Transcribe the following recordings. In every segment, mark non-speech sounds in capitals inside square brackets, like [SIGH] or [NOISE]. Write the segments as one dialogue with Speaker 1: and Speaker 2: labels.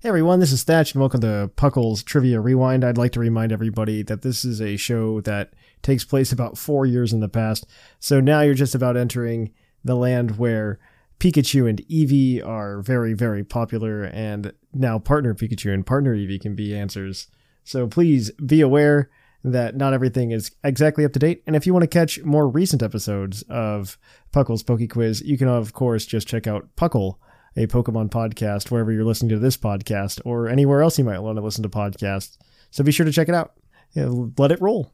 Speaker 1: Hey everyone, this is Thatch, and welcome to Puckle's Trivia Rewind. I'd like to remind everybody that this is a show that takes place about four years in the past. So now you're just about entering the land where Pikachu and Eevee are very, very popular, and now partner Pikachu and partner Eevee can be answers. So please be aware that not everything is exactly up to date. And if you want to catch more recent episodes of Puckle's Poke Quiz, you can, of course, just check out Puckle a Pokemon podcast wherever you're listening to this podcast or anywhere else you might want to listen to podcasts. So be sure to check it out. Yeah, let it roll.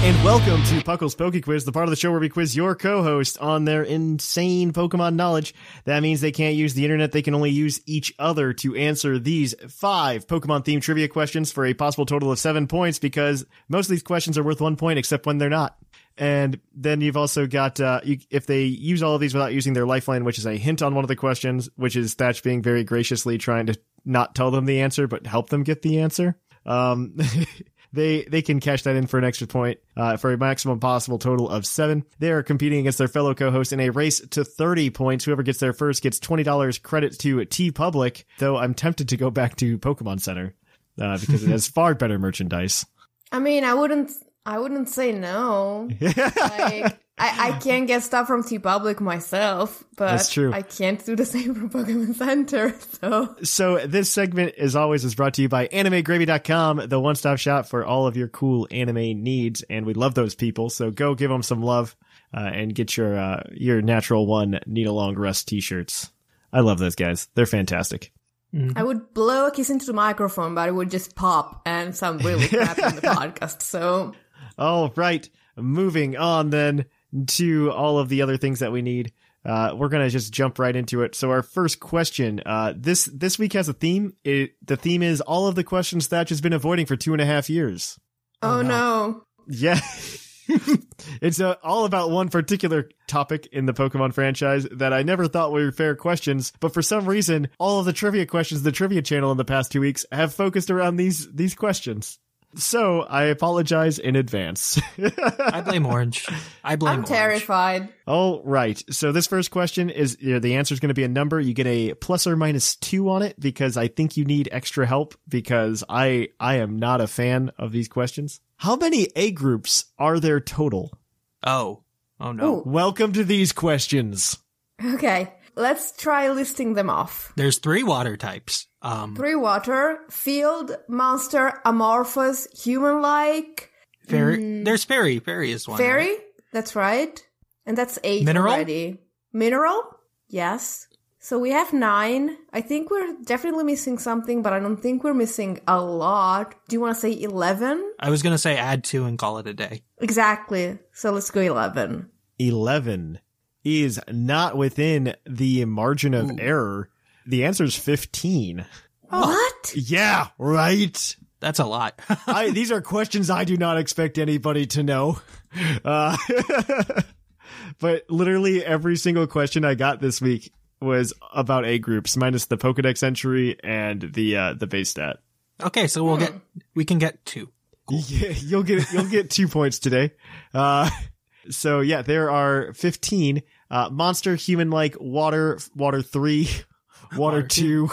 Speaker 1: And welcome to Puckle's Poke Quiz, the part of the show where we quiz your co-host on their insane Pokemon knowledge. That means they can't use the internet; they can only use each other to answer these five Pokemon-themed trivia questions for a possible total of seven points. Because most of these questions are worth one point, except when they're not. And then you've also got uh, you, if they use all of these without using their lifeline, which is a hint on one of the questions, which is Thatch being very graciously trying to not tell them the answer but help them get the answer. Um, [LAUGHS] they they can cash that in for an extra point uh, for a maximum possible total of seven. They are competing against their fellow co-hosts in a race to thirty points. Whoever gets there first gets twenty dollars credit to T Public. Though I'm tempted to go back to Pokemon Center uh, because it has [LAUGHS] far better merchandise. [LAUGHS]
Speaker 2: I mean, I wouldn't. I wouldn't say no. Like, I, I can get stuff from T Public myself, but
Speaker 1: That's true.
Speaker 2: I can't do the same [LAUGHS] for Pokemon Center. So
Speaker 1: uh,
Speaker 2: I would blow a kiss into the microphone, but it would just pop and sound really crap on the podcast. So
Speaker 1: All right, moving on then to all of the other things that we need. Uh, we're gonna just jump right into it. So our first question, uh, this this week has a theme. It, the theme is all of the questions Thatch has been avoiding for two and a half years.
Speaker 2: oh, no.
Speaker 1: Yeah. [LAUGHS] it's uh, all about one particular topic in the Pokemon franchise that I never thought were fair questions, but for some reason, all of the trivia questions the trivia channel in the past 2 weeks have focused around these these questions. So, I apologize in advance. [LAUGHS]
Speaker 3: I blame Orange. I blame.
Speaker 2: I'm
Speaker 3: Orange.
Speaker 2: terrified.
Speaker 1: All right. So this first question is you know, the answer is going to be a number. You get a plus or minus two on it because I think you need extra help because I I am not a fan of these questions. How many A groups are there total?
Speaker 3: Oh, oh no.
Speaker 2: Ooh.
Speaker 1: Welcome to these questions.
Speaker 2: Okay, let's try listing them off.
Speaker 3: There's three water types. Um,
Speaker 2: Three water, field, monster, amorphous, human-like,
Speaker 3: fairy. There's fairy. Fairy is one.
Speaker 2: Mm. fairy.
Speaker 3: right?
Speaker 2: That's right, and that's eight
Speaker 3: Mineral?
Speaker 2: already. Mineral, yes. So we have nine. I think we're definitely missing something, but I don't think we're missing a lot. Do you want to say eleven?
Speaker 3: I was gonna say add two and call it a day.
Speaker 2: Exactly. So let's go eleven.
Speaker 1: 11 is not within the margin of
Speaker 3: Ooh.
Speaker 1: error. The answer is 15.
Speaker 2: What?
Speaker 1: Yeah, right.
Speaker 3: That's a lot.
Speaker 1: [LAUGHS]
Speaker 3: [LAUGHS]
Speaker 1: I, these are questions I do not expect anybody to know. Uh, [LAUGHS] but literally every single question I got this week was about A groups, minus the Pokedex entry and the uh, the base stat.
Speaker 3: okay, so we'll
Speaker 2: Hmm.
Speaker 3: get we can get two.
Speaker 1: [LAUGHS] Yeah, you'll get you'll get two points today. Uh, so yeah, there are fifteen uh, monster, human like, water, water three, [LAUGHS] water,
Speaker 3: Water
Speaker 1: two.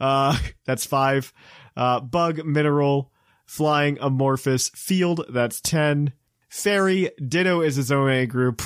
Speaker 1: Uh, that's five. Uh, bug, mineral, flying, amorphous, field. That's ten. Fairy, ditto is his own A group.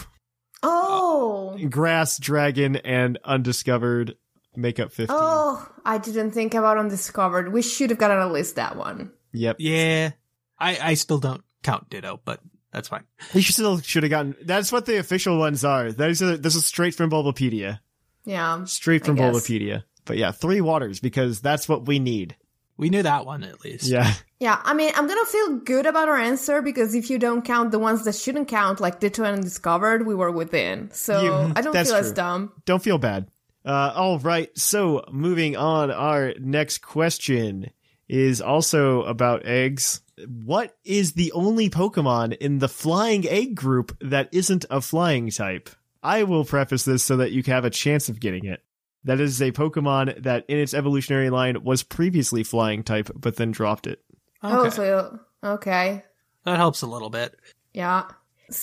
Speaker 2: Oh.
Speaker 1: Grass, dragon, and undiscovered make up fifteen.
Speaker 2: Oh, I didn't think about undiscovered. We should have gotten a list that one.
Speaker 1: Yep.
Speaker 3: Yeah, I I still don't count Ditto, but that's fine.
Speaker 1: You should still should have gotten. That's what the official ones are. That is this is straight from Bulbapedia.
Speaker 2: Yeah.
Speaker 1: straight
Speaker 2: I
Speaker 1: from
Speaker 2: guess.
Speaker 1: Bulbapedia. But yeah, three waters because that's what we need.
Speaker 3: We knew that one at least.
Speaker 1: Yeah,
Speaker 2: Yeah, I mean, I'm gonna feel good about our answer because if you don't count the ones that shouldn't count, like Ditto and Undiscovered, we were within. So
Speaker 1: You-
Speaker 2: I don't
Speaker 1: that's
Speaker 2: feel as
Speaker 1: true.
Speaker 2: dumb.
Speaker 1: don't feel bad. Uh, all right, so moving on, our next question is also about eggs. What is the only Pokemon in the flying egg group that isn't a flying type? I will preface this so that you have a chance of getting it. That is a Pokemon that in its evolutionary line was previously flying type, but then dropped it.
Speaker 2: Oh, so okay,
Speaker 3: that helps a little bit.
Speaker 2: yeah.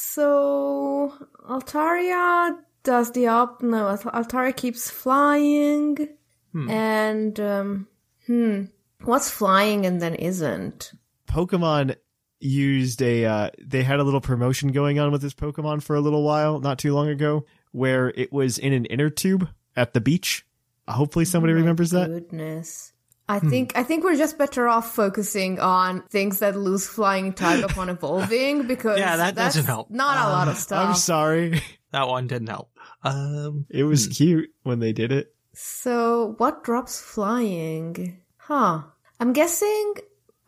Speaker 2: So Altaria does the op. No, Alt- Altaria keeps flying,
Speaker 3: Hmm.
Speaker 2: and um, hmm, what's flying and then isn't?
Speaker 1: Pokemon used a uh, they had a little promotion going on with this Pokemon for a little while, not too long ago, where it was in an inner tube at the beach. Hopefully somebody
Speaker 2: Oh My
Speaker 1: remembers that.
Speaker 2: Goodness. I
Speaker 3: Hmm.
Speaker 2: think I think we're just better off focusing on things that lose flying type upon
Speaker 3: [LAUGHS]
Speaker 2: evolving because
Speaker 3: Yeah, that
Speaker 2: that's
Speaker 3: doesn't help. Um,
Speaker 2: Not a lot of stuff.
Speaker 1: I'm sorry. [LAUGHS]
Speaker 3: That one didn't help. Um,
Speaker 1: It was cute when they did it.
Speaker 2: So, what drops flying? Huh. I'm guessing.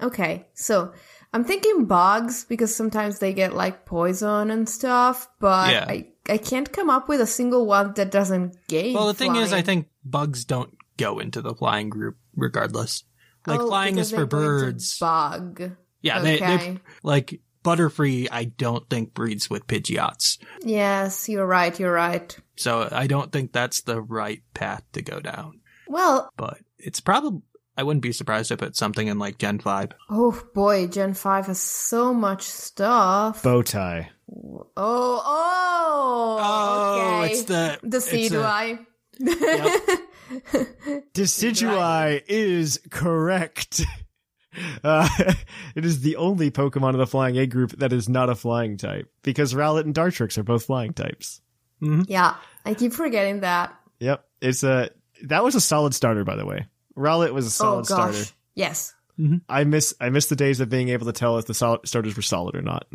Speaker 2: Okay, so I'm thinking bugs because sometimes they get like poison and stuff, but
Speaker 3: Yeah.
Speaker 2: I, I can't come up with a single one that doesn't gain.
Speaker 3: well, the thing is, I
Speaker 2: flying.
Speaker 3: think bugs don't go into the flying group regardless. Like
Speaker 2: Oh,
Speaker 3: flying
Speaker 2: because
Speaker 3: is
Speaker 2: they're
Speaker 3: for
Speaker 2: going to
Speaker 3: birds.
Speaker 2: Bug.
Speaker 3: Yeah,
Speaker 2: okay.
Speaker 3: they, they like Butterfree. I don't think breeds with Pidgeots,
Speaker 2: Yes, you're right. You're right.
Speaker 3: so I don't think that's the right path to go down.
Speaker 2: Well,
Speaker 3: But it's probably I wouldn't be surprised if it's something in like Gen Five.
Speaker 2: oh boy, Gen 5 has so much stuff.
Speaker 1: Bow tie.
Speaker 2: oh, oh,
Speaker 3: Oh,
Speaker 2: okay.
Speaker 3: it's the
Speaker 2: the
Speaker 3: it's
Speaker 2: sea do
Speaker 3: a-
Speaker 2: I.
Speaker 1: Decidueye is correct. [LAUGHS] Uh, [LAUGHS] it is the only Pokemon of the flying egg group that is not a flying type because Rowlet and Dartrix are both flying types.
Speaker 2: [LAUGHS] yeah, I keep forgetting that.
Speaker 1: Yep. It's a that was a solid starter by the way. Rowlet was a
Speaker 2: oh
Speaker 1: solid
Speaker 2: gosh.
Speaker 1: starter.
Speaker 2: Yes.
Speaker 1: I miss I miss the days of being able to tell if the solid starters were solid or not.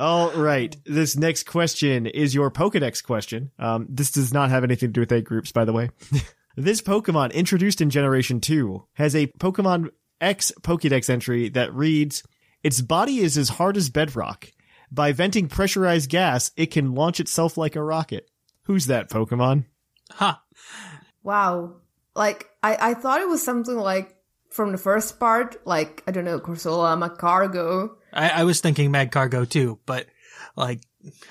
Speaker 1: All right. This next question is your Pokedex question. Um, this does not have anything to do with egg groups, by the way. [LAUGHS] this Pokemon, introduced in Generation 2, has a Pokemon X Pokedex entry that reads Its body is as hard as bedrock. By venting pressurized gas, it can launch itself like a rocket. Who's that Pokemon?
Speaker 3: [LAUGHS] Huh.
Speaker 2: Wow. Like I, I thought it was something like from the first part, like I don't know, Corsola Macargo.
Speaker 3: I, I was thinking Mad Cargo too, but like,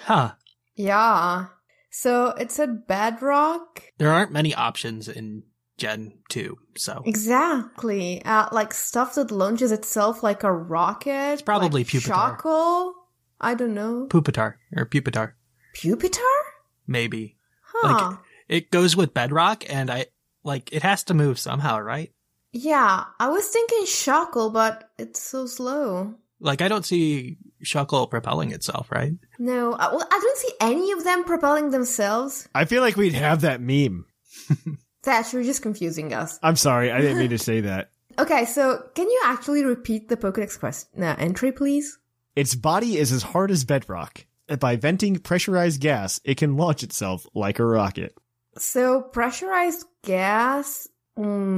Speaker 3: huh.
Speaker 2: Yeah. So it said bedrock.
Speaker 3: There aren't many options in Gen 2, so it's
Speaker 2: Exactly. Uh, like stuff that launches itself like a rocket. It's
Speaker 3: probably
Speaker 2: like
Speaker 3: Pupitar.
Speaker 2: Shackle? I don't know.
Speaker 3: Pupitar or Pupitar,
Speaker 2: Pupitar?
Speaker 3: maybe.
Speaker 2: Huh.
Speaker 3: Like, it goes with Bedrock, and I, like, it has to move somehow, right?
Speaker 2: yeah, I was thinking Shackle, but it's so slow.
Speaker 3: Like, I don't see Shuckle propelling itself, right?
Speaker 2: No, I, well, I don't see any of them propelling themselves.
Speaker 1: I feel like we'd have that meme.
Speaker 2: Thatch, you're just confusing us.
Speaker 1: I'm sorry, I didn't mean to say that.
Speaker 2: Okay, so can you actually repeat the Pokedex quest uh, entry, please?
Speaker 1: Its body is as hard as bedrock. By venting pressurized gas, it can launch itself like a rocket.
Speaker 2: So pressurized gas.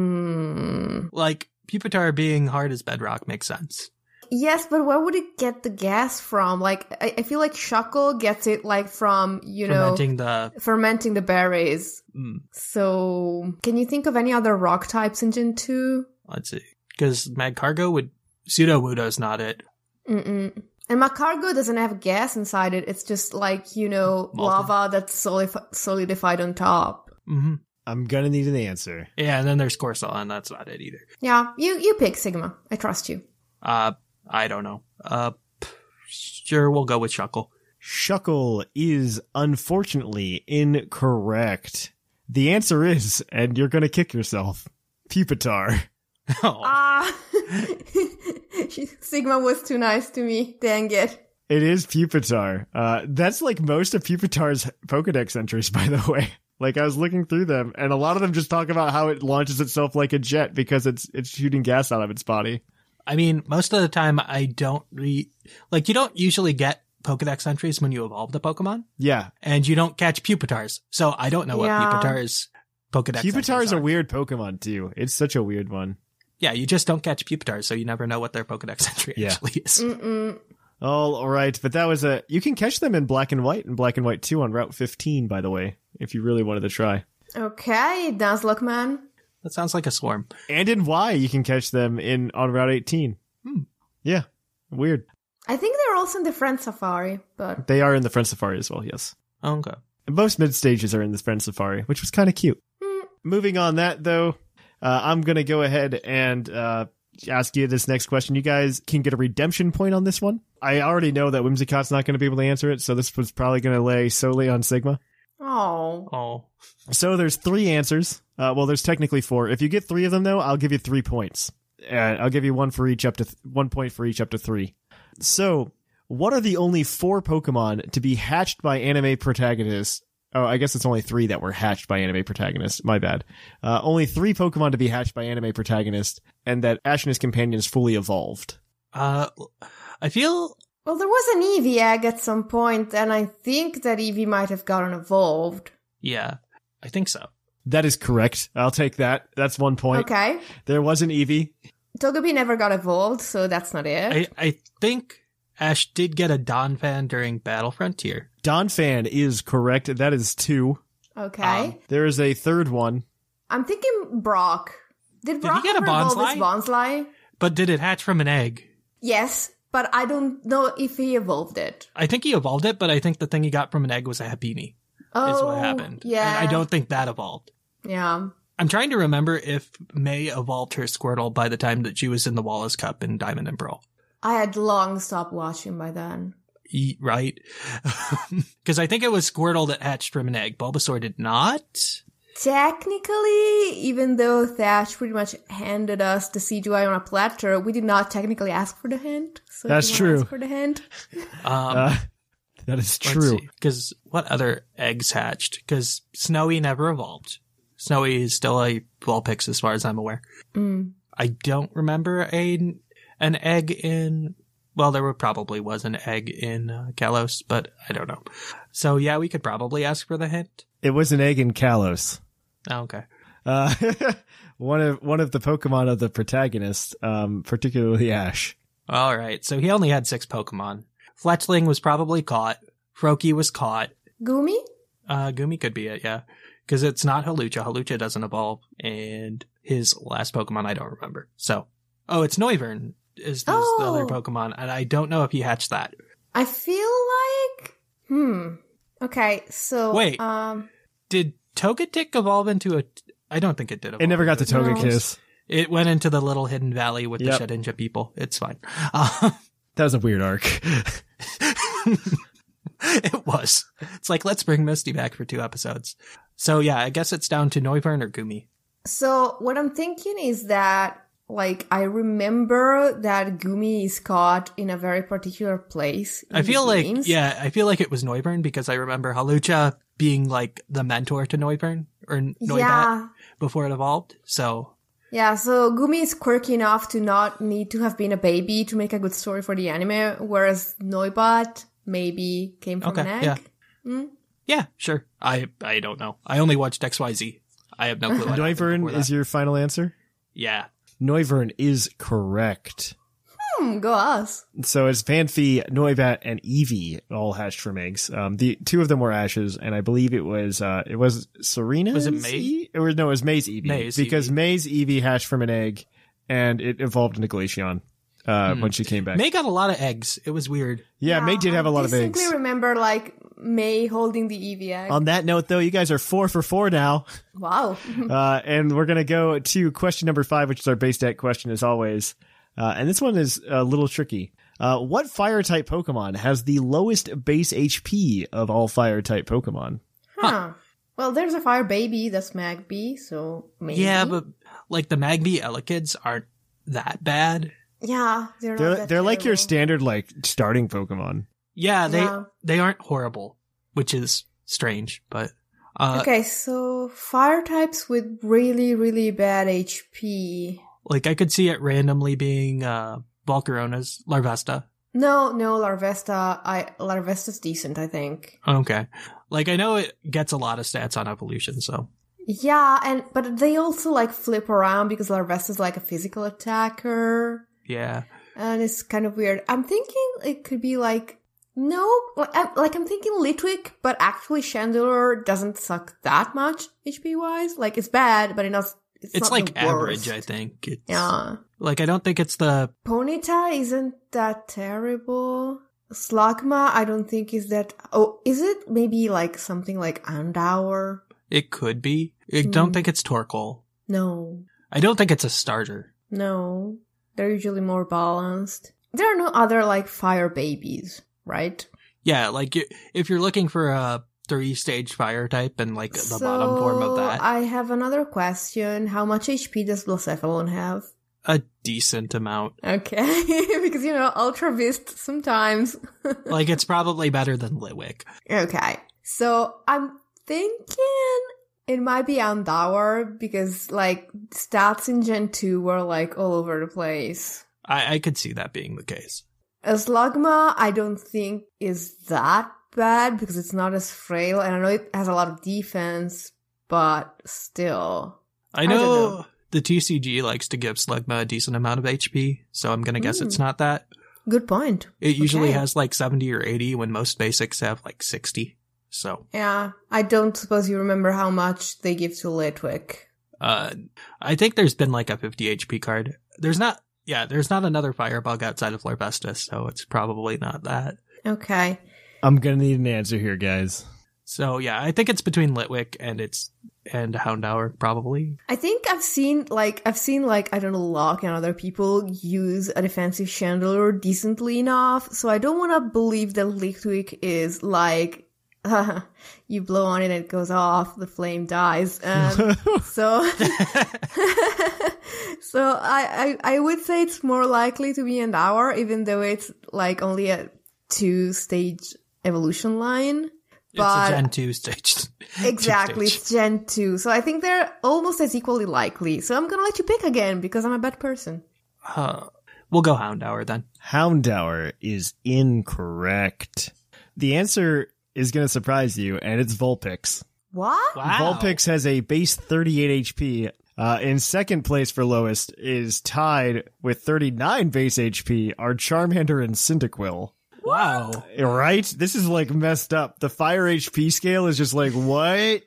Speaker 2: Mm.
Speaker 3: Like, Pupitar being hard as Bedrock makes sense.
Speaker 2: Yes, but where would it get the gas from? Like, I, I feel like Shuckle gets it like from you
Speaker 3: Fermenting the.
Speaker 2: know fermenting the berries.
Speaker 3: Mm,
Speaker 2: So, can you think of any other rock types in Gen two?
Speaker 3: let's see. Because Mad Cargo would. Pseudo Wudo's not it.
Speaker 2: Mm-mm. And my cargo doesn't have gas inside it. It's just like you know
Speaker 3: Molten.
Speaker 2: lava that's solif- solidified on top.
Speaker 3: hmm
Speaker 1: I'm gonna need an answer.
Speaker 3: Yeah, and then there's Corsola, and that's not it either.
Speaker 2: Yeah, you you pick Sigma. I trust you.
Speaker 3: Uh, I don't know. Uh, p- sure, we'll go with Shuckle. [LAUGHS]
Speaker 1: Shuckle is unfortunately incorrect. The answer is, and you're gonna kick yourself, Pupitar.
Speaker 3: Oh,
Speaker 2: Ah, [LAUGHS] She- Sigma was too nice to me. Dang it.
Speaker 1: It is Pupitar. Uh, that's like most of Pupitar's Pokedex entries, by the way. [LAUGHS] Like I was looking through them, and a lot of them just talk about how it launches itself like a jet because it's it's shooting gas out of its body.
Speaker 3: I mean, most of the time I don't re like you don't usually get Pokedex entries when you evolve the Pokemon,
Speaker 1: Yeah,
Speaker 3: and you don't catch Pupitars, so I don't know what
Speaker 2: Yeah.
Speaker 3: Pupitar's Pokedex.
Speaker 1: Pupitar
Speaker 3: entries
Speaker 1: is
Speaker 3: are.
Speaker 1: a weird Pokemon too. It's such a weird one.
Speaker 3: yeah. You just don't catch Pupitars, so you never know what their Pokedex [LAUGHS] entry
Speaker 1: Yeah.
Speaker 3: actually is.
Speaker 2: Mm-mm.
Speaker 1: All right, but that was a. You can catch them in black and white and black and white two on Route 15, by the way, if you really wanted to try.
Speaker 2: Okay, Nuzlocke man.
Speaker 3: That sounds like a swarm.
Speaker 1: And in Y, you can catch them in on Route 18.
Speaker 3: Hmm.
Speaker 1: Yeah, weird.
Speaker 2: I think they're also in the Friend Safari, but
Speaker 1: They are in the Friend Safari as well. Yes,
Speaker 3: Oh, okay.
Speaker 1: And most mid stages are in the Friend Safari, which was kind of cute.
Speaker 2: Hmm.
Speaker 1: Moving on that though, uh, I'm gonna go ahead and uh, ask you this next question. You guys can get a redemption point on this one. I already know that Whimsicott's not going to be able to answer it, so this was probably going to lay solely on Sigma.
Speaker 2: Oh.
Speaker 3: Oh,
Speaker 1: So there's three answers. Uh, well, there's technically four. If you get three of them, though, I'll give you three points. Uh, I'll give you one for each up to th- one point for each up to three. So, what are the only four Pokemon to be hatched by anime protagonists? Oh, I guess it's only three that were hatched by anime protagonists. My bad. Uh, only three Pokemon to be hatched by anime protagonists, and that Ash and his companions fully evolved.
Speaker 3: uh, I feel
Speaker 2: Well, there was an Eevee egg at some point, and I think that Eevee might have gotten evolved.
Speaker 3: yeah, I think so.
Speaker 1: That is correct. I'll take that. That's one point.
Speaker 2: Okay.
Speaker 1: There was an Eevee.
Speaker 2: Togepi never got evolved, so that's not it.
Speaker 3: I I think Ash did get a Don fan during Battle Frontier.
Speaker 1: Donphan is correct. That is two.
Speaker 2: okay.
Speaker 3: um,
Speaker 1: There is a third one.
Speaker 2: I'm thinking Brock. Did
Speaker 3: he
Speaker 2: Brock
Speaker 3: get a
Speaker 2: ever evolve his Bonsly?
Speaker 3: But did it hatch from an egg?
Speaker 2: Yes, but I don't know if he evolved it.
Speaker 3: I think he evolved it, but I think the thing he got from an egg was a Happini.
Speaker 2: Oh,
Speaker 3: is what happened. And
Speaker 2: Yeah.
Speaker 3: I don't think that evolved.
Speaker 2: Yeah.
Speaker 3: I'm trying to remember if May evolved her Squirtle by the time that she was in the Wallace Cup in Diamond and Pearl.
Speaker 2: I had long stopped watching by then.
Speaker 3: E- right? [LAUGHS] Because I think it was Squirtle that hatched from an egg. Bulbasaur did not.
Speaker 2: Technically, even though Thatch pretty much handed us the CGI on a platter, we did not technically ask for the hint. So if
Speaker 1: That's
Speaker 2: you wanna ask
Speaker 1: true.
Speaker 2: For the hint,
Speaker 3: Um,
Speaker 1: Uh, [LAUGHS] that is true.
Speaker 3: Because what other eggs hatched? Because Snowy never evolved. Snowy is still a Vulpix, as far as I'm aware.
Speaker 2: Mm.
Speaker 3: I don't remember a an egg in. Well, there were, probably was an egg in uh, Kalos, but I don't know. So yeah, we could probably ask for the hint.
Speaker 1: It was an egg in Kalos.
Speaker 3: Oh, okay.
Speaker 1: Uh, [LAUGHS] one of one of the Pokemon of the protagonist, um, particularly Ash.
Speaker 3: All right. So he only had six Pokemon. Fletchling was probably caught. Froakie was caught.
Speaker 2: Gumi.
Speaker 3: Uh, Gumi could be it, yeah. Because it's not Halucha. Halucha doesn't evolve, and his last Pokemon I don't remember. So, oh, it's Noivern is the, is the other
Speaker 2: Oh.
Speaker 3: Pokemon, and I don't know if he hatched that.
Speaker 2: I feel like, hmm. Okay, so
Speaker 3: Wait.
Speaker 2: Um,
Speaker 3: Did Togetic evolve into a? I don't think it did. Evolve
Speaker 1: It never got to
Speaker 3: into a-
Speaker 1: Togekiss.
Speaker 3: It went into the little hidden valley with
Speaker 1: Yep.
Speaker 3: the Shedinja people. It's fine. Uh,
Speaker 1: That was a weird arc.
Speaker 3: [LAUGHS] it was. It's like let's bring Misty back for two episodes. So yeah, I guess it's down to Noivern or Gumi.
Speaker 2: so what I'm thinking is that, like, I remember that Gumi is caught in a very particular place. in
Speaker 3: I
Speaker 2: the
Speaker 3: feel like
Speaker 2: games.
Speaker 3: yeah, I feel like it was Neuburn because I remember Halucha being like the mentor to Neuburn or Noibat
Speaker 2: yeah,
Speaker 3: before it evolved. So
Speaker 2: yeah. So Gumi is quirky enough to not need to have been a baby to make a good story for the anime, whereas Noibat maybe came from
Speaker 3: Okay,
Speaker 2: an egg.
Speaker 3: yeah. yeah, sure. I I don't know. I only watched XYZ. I have no clue. what happened
Speaker 1: [LAUGHS] Noivern
Speaker 3: before
Speaker 1: is
Speaker 3: that.
Speaker 1: your final answer.
Speaker 3: yeah.
Speaker 1: Noivern is correct.
Speaker 2: Hmm, go us.
Speaker 1: So it's Panfee, Noibat, and Eevee all hatched from eggs. Um, the two of them were Ashes, and I believe it was uh, it was Serena.
Speaker 3: Was it May?
Speaker 1: It was no, it was May's Eevee
Speaker 3: May's
Speaker 1: because
Speaker 3: Eevee.
Speaker 1: May's Eevee hatched from an egg, and it evolved into Glaceon uh,
Speaker 3: Hmm.
Speaker 1: when she came back.
Speaker 3: May got a lot of eggs. It was weird.
Speaker 1: yeah, May did have a lot of
Speaker 2: I
Speaker 1: eggs. Um,
Speaker 2: distinctly remember like May holding the Eevee egg.
Speaker 1: On that note, though, you guys are four for four now.
Speaker 2: wow. [LAUGHS]
Speaker 1: Uh, and we're going to go to question number five, which is our base stat question, as always. Uh, and this one is a little tricky. Uh, what fire type Pokemon has the lowest base HP of all fire type Pokemon?
Speaker 2: Huh. Well, there's a fire baby that's Magby, so maybe.
Speaker 3: Yeah, but like the Magby Elikids aren't that bad.
Speaker 2: yeah, they're not
Speaker 1: They're
Speaker 2: that
Speaker 1: they're like your
Speaker 2: terrible.
Speaker 1: standard like starting Pokemon.
Speaker 3: Yeah, they
Speaker 2: Yeah.
Speaker 3: they aren't horrible, which is strange, but uh
Speaker 2: okay, so fire types with really really bad HP.
Speaker 3: like I could see it randomly being uh Volcarona's Larvesta.
Speaker 2: No, no, Larvesta. I Larvesta's decent, I think.
Speaker 3: Okay. Like I know it gets a lot of stats on evolution, so
Speaker 2: Yeah, and but they also like flip around because Larvesta's like a physical attacker.
Speaker 3: yeah.
Speaker 2: and it's kind of weird. I'm thinking it could be like no, like I'm, like I'm thinking Litwick, but actually Chandelure doesn't suck that much HP wise. Like it's bad, but it not, it's
Speaker 3: It's,
Speaker 2: not
Speaker 3: like
Speaker 2: the
Speaker 3: average,
Speaker 2: worst.
Speaker 3: I think. It's
Speaker 2: Yeah,
Speaker 3: like I don't think it's the
Speaker 2: Ponyta isn't that terrible. Slugma, I don't think is that. Oh, is it maybe like something like Andour?
Speaker 3: it could be. I don't
Speaker 2: Hmm.
Speaker 3: think it's Torkoal.
Speaker 2: No,
Speaker 3: I don't think it's a starter.
Speaker 2: no. They're usually more balanced. There are no other like fire babies, right?
Speaker 3: Yeah, like you, if you're looking for a three stage fire type and like the bottom form of that,
Speaker 2: I have another question. How much HP does Blacephalon have?
Speaker 3: a decent amount.
Speaker 2: Okay, [LAUGHS] because you know, Ultra Beast sometimes.
Speaker 3: like it's probably better than Litwick.
Speaker 2: Okay, so I'm thinking it might be Andaur because like stats in Gen 2 were like all over the place.
Speaker 3: I, I could see that being the case.
Speaker 2: A Slugma, I don't think is that bad because it's not as frail, and I know it has a lot of defense, but still.
Speaker 3: I
Speaker 2: I
Speaker 3: know,
Speaker 2: don't
Speaker 3: the TCG likes to give Slugma a decent amount of HP, so I'm gonna guess
Speaker 2: Mm.
Speaker 3: it's not that.
Speaker 2: Good point.
Speaker 3: It usually
Speaker 2: Okay.
Speaker 3: has like 70 or 80 when most basics have like 60. So,
Speaker 2: Yeah, I don't suppose you remember how much they give to Litwick.
Speaker 3: uh, I think there's been like a 50 HP card. There's not, yeah, there's not another firebug outside of Larvesta, so it's probably not that.
Speaker 2: Okay.
Speaker 1: I'm gonna need an answer here, guys.
Speaker 3: So yeah, I think it's between Litwick and it's, and Houndour probably.
Speaker 2: I think I've seen like I've seen like I don't know Locke and other people use a defensive chandelier decently enough, so I don't want to believe that Lichtwick is like [LAUGHS] you blow on it and it goes off, the flame dies,
Speaker 1: [LAUGHS]
Speaker 2: and so [LAUGHS] so I, I I would say it's more likely to be an hour, even though it's like only a two stage evolution line. But-
Speaker 3: it's a Gen 2 stage. [LAUGHS] two
Speaker 2: Exactly,
Speaker 3: stage.
Speaker 2: it's Gen 2. So I think they're almost as equally likely. So I'm gonna let you pick again because I'm a bad person.
Speaker 3: Uh, we'll go Houndour then.
Speaker 1: Houndour is incorrect. The answer is gonna surprise you, and it's Vulpix.
Speaker 2: What?
Speaker 1: Vulpix has a base 38 HP. Uh, in second place for lowest is tied with 39 base HP are Charmander and Cyndaquil.
Speaker 3: Wow.
Speaker 1: Right? This is like messed up. The fire HP scale is just like, what?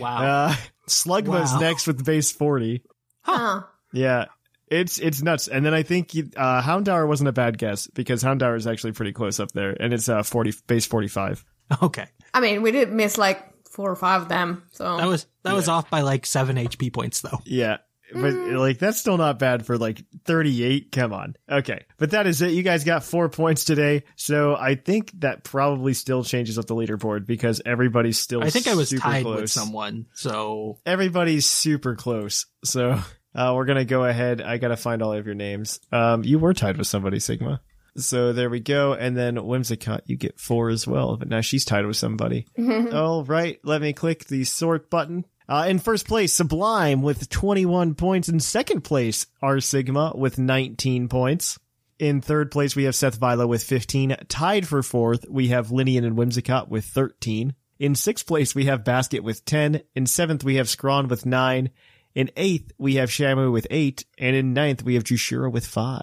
Speaker 3: Wow.
Speaker 1: Uh, Slugma's
Speaker 3: Wow.
Speaker 1: next with base 40.
Speaker 2: Huh.
Speaker 1: Yeah. It's it's nuts. And then I think you- uh, Houndour wasn't a bad guess because Houndour is actually pretty close up there and it's uh, 40 base 45.
Speaker 3: okay.
Speaker 2: I mean, we did miss like four or five of them. So
Speaker 3: That was, that was off by like seven HP points though.
Speaker 1: Yeah. But like that's still not bad for like 38. Come on. Okay. But that is it. You guys got 4 points today. So I think that probably still changes up the leaderboard because everybody's still
Speaker 3: I think I was
Speaker 1: super
Speaker 3: tied
Speaker 1: close.
Speaker 3: with someone. So
Speaker 1: Everybody's super close. So uh, we're going to go ahead. I got to find all of your names. Um you were tied with somebody Sigma. So there we go. And then Whimsicott, you get 4 as well. But now she's tied with somebody.
Speaker 2: [LAUGHS] Mm-hmm.
Speaker 1: All right, let me click the sort button. Uh, in first place, Sublime with 21 points. In second place, R Sigma with 19 points. In third place, we have Seth Vila with 15. Tied for fourth, we have Linian and Whimsicott with 13. In sixth place, we have Basket with 10. In seventh, we have Scrawn with 9. In eighth, we have Shamu with 8. And in ninth, we have Jushira with 5.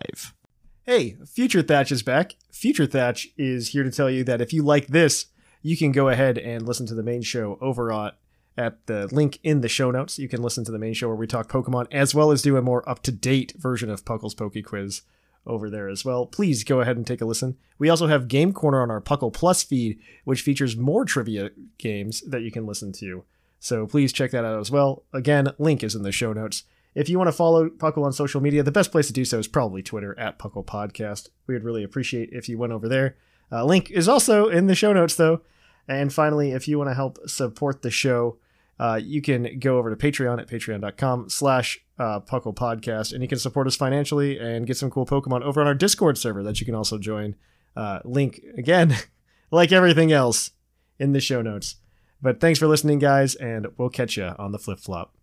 Speaker 1: Hey, Future Thatch is back. Future Thatch is here to tell you that if you like this, you can go ahead and listen to the main show over on at the link in the show notes. You can listen to the main show where we talk Pokemon as well as do a more up to date version of Puckle's Poke Quiz over there as well. Please go ahead and take a listen. We also have Game Corner on our Puckle Plus feed, which features more trivia games that you can listen to. So please check that out as well. Again, link is in the show notes. If you want to follow Puckle on social media, the best place to do so is probably Twitter at Puckle Podcast. We would really appreciate if you went over there. Uh, link is also in the show notes, though. And finally, if you want to help support the show, uh, you can go over to Patreon at patreon.com slash uh, Puckle Podcast, and you can support us financially and get some cool Pokemon over on our Discord server that you can also join. Uh, link, again, [LAUGHS] like everything else, in the show notes. But thanks for listening, guys, and we'll catch you on the flip flop.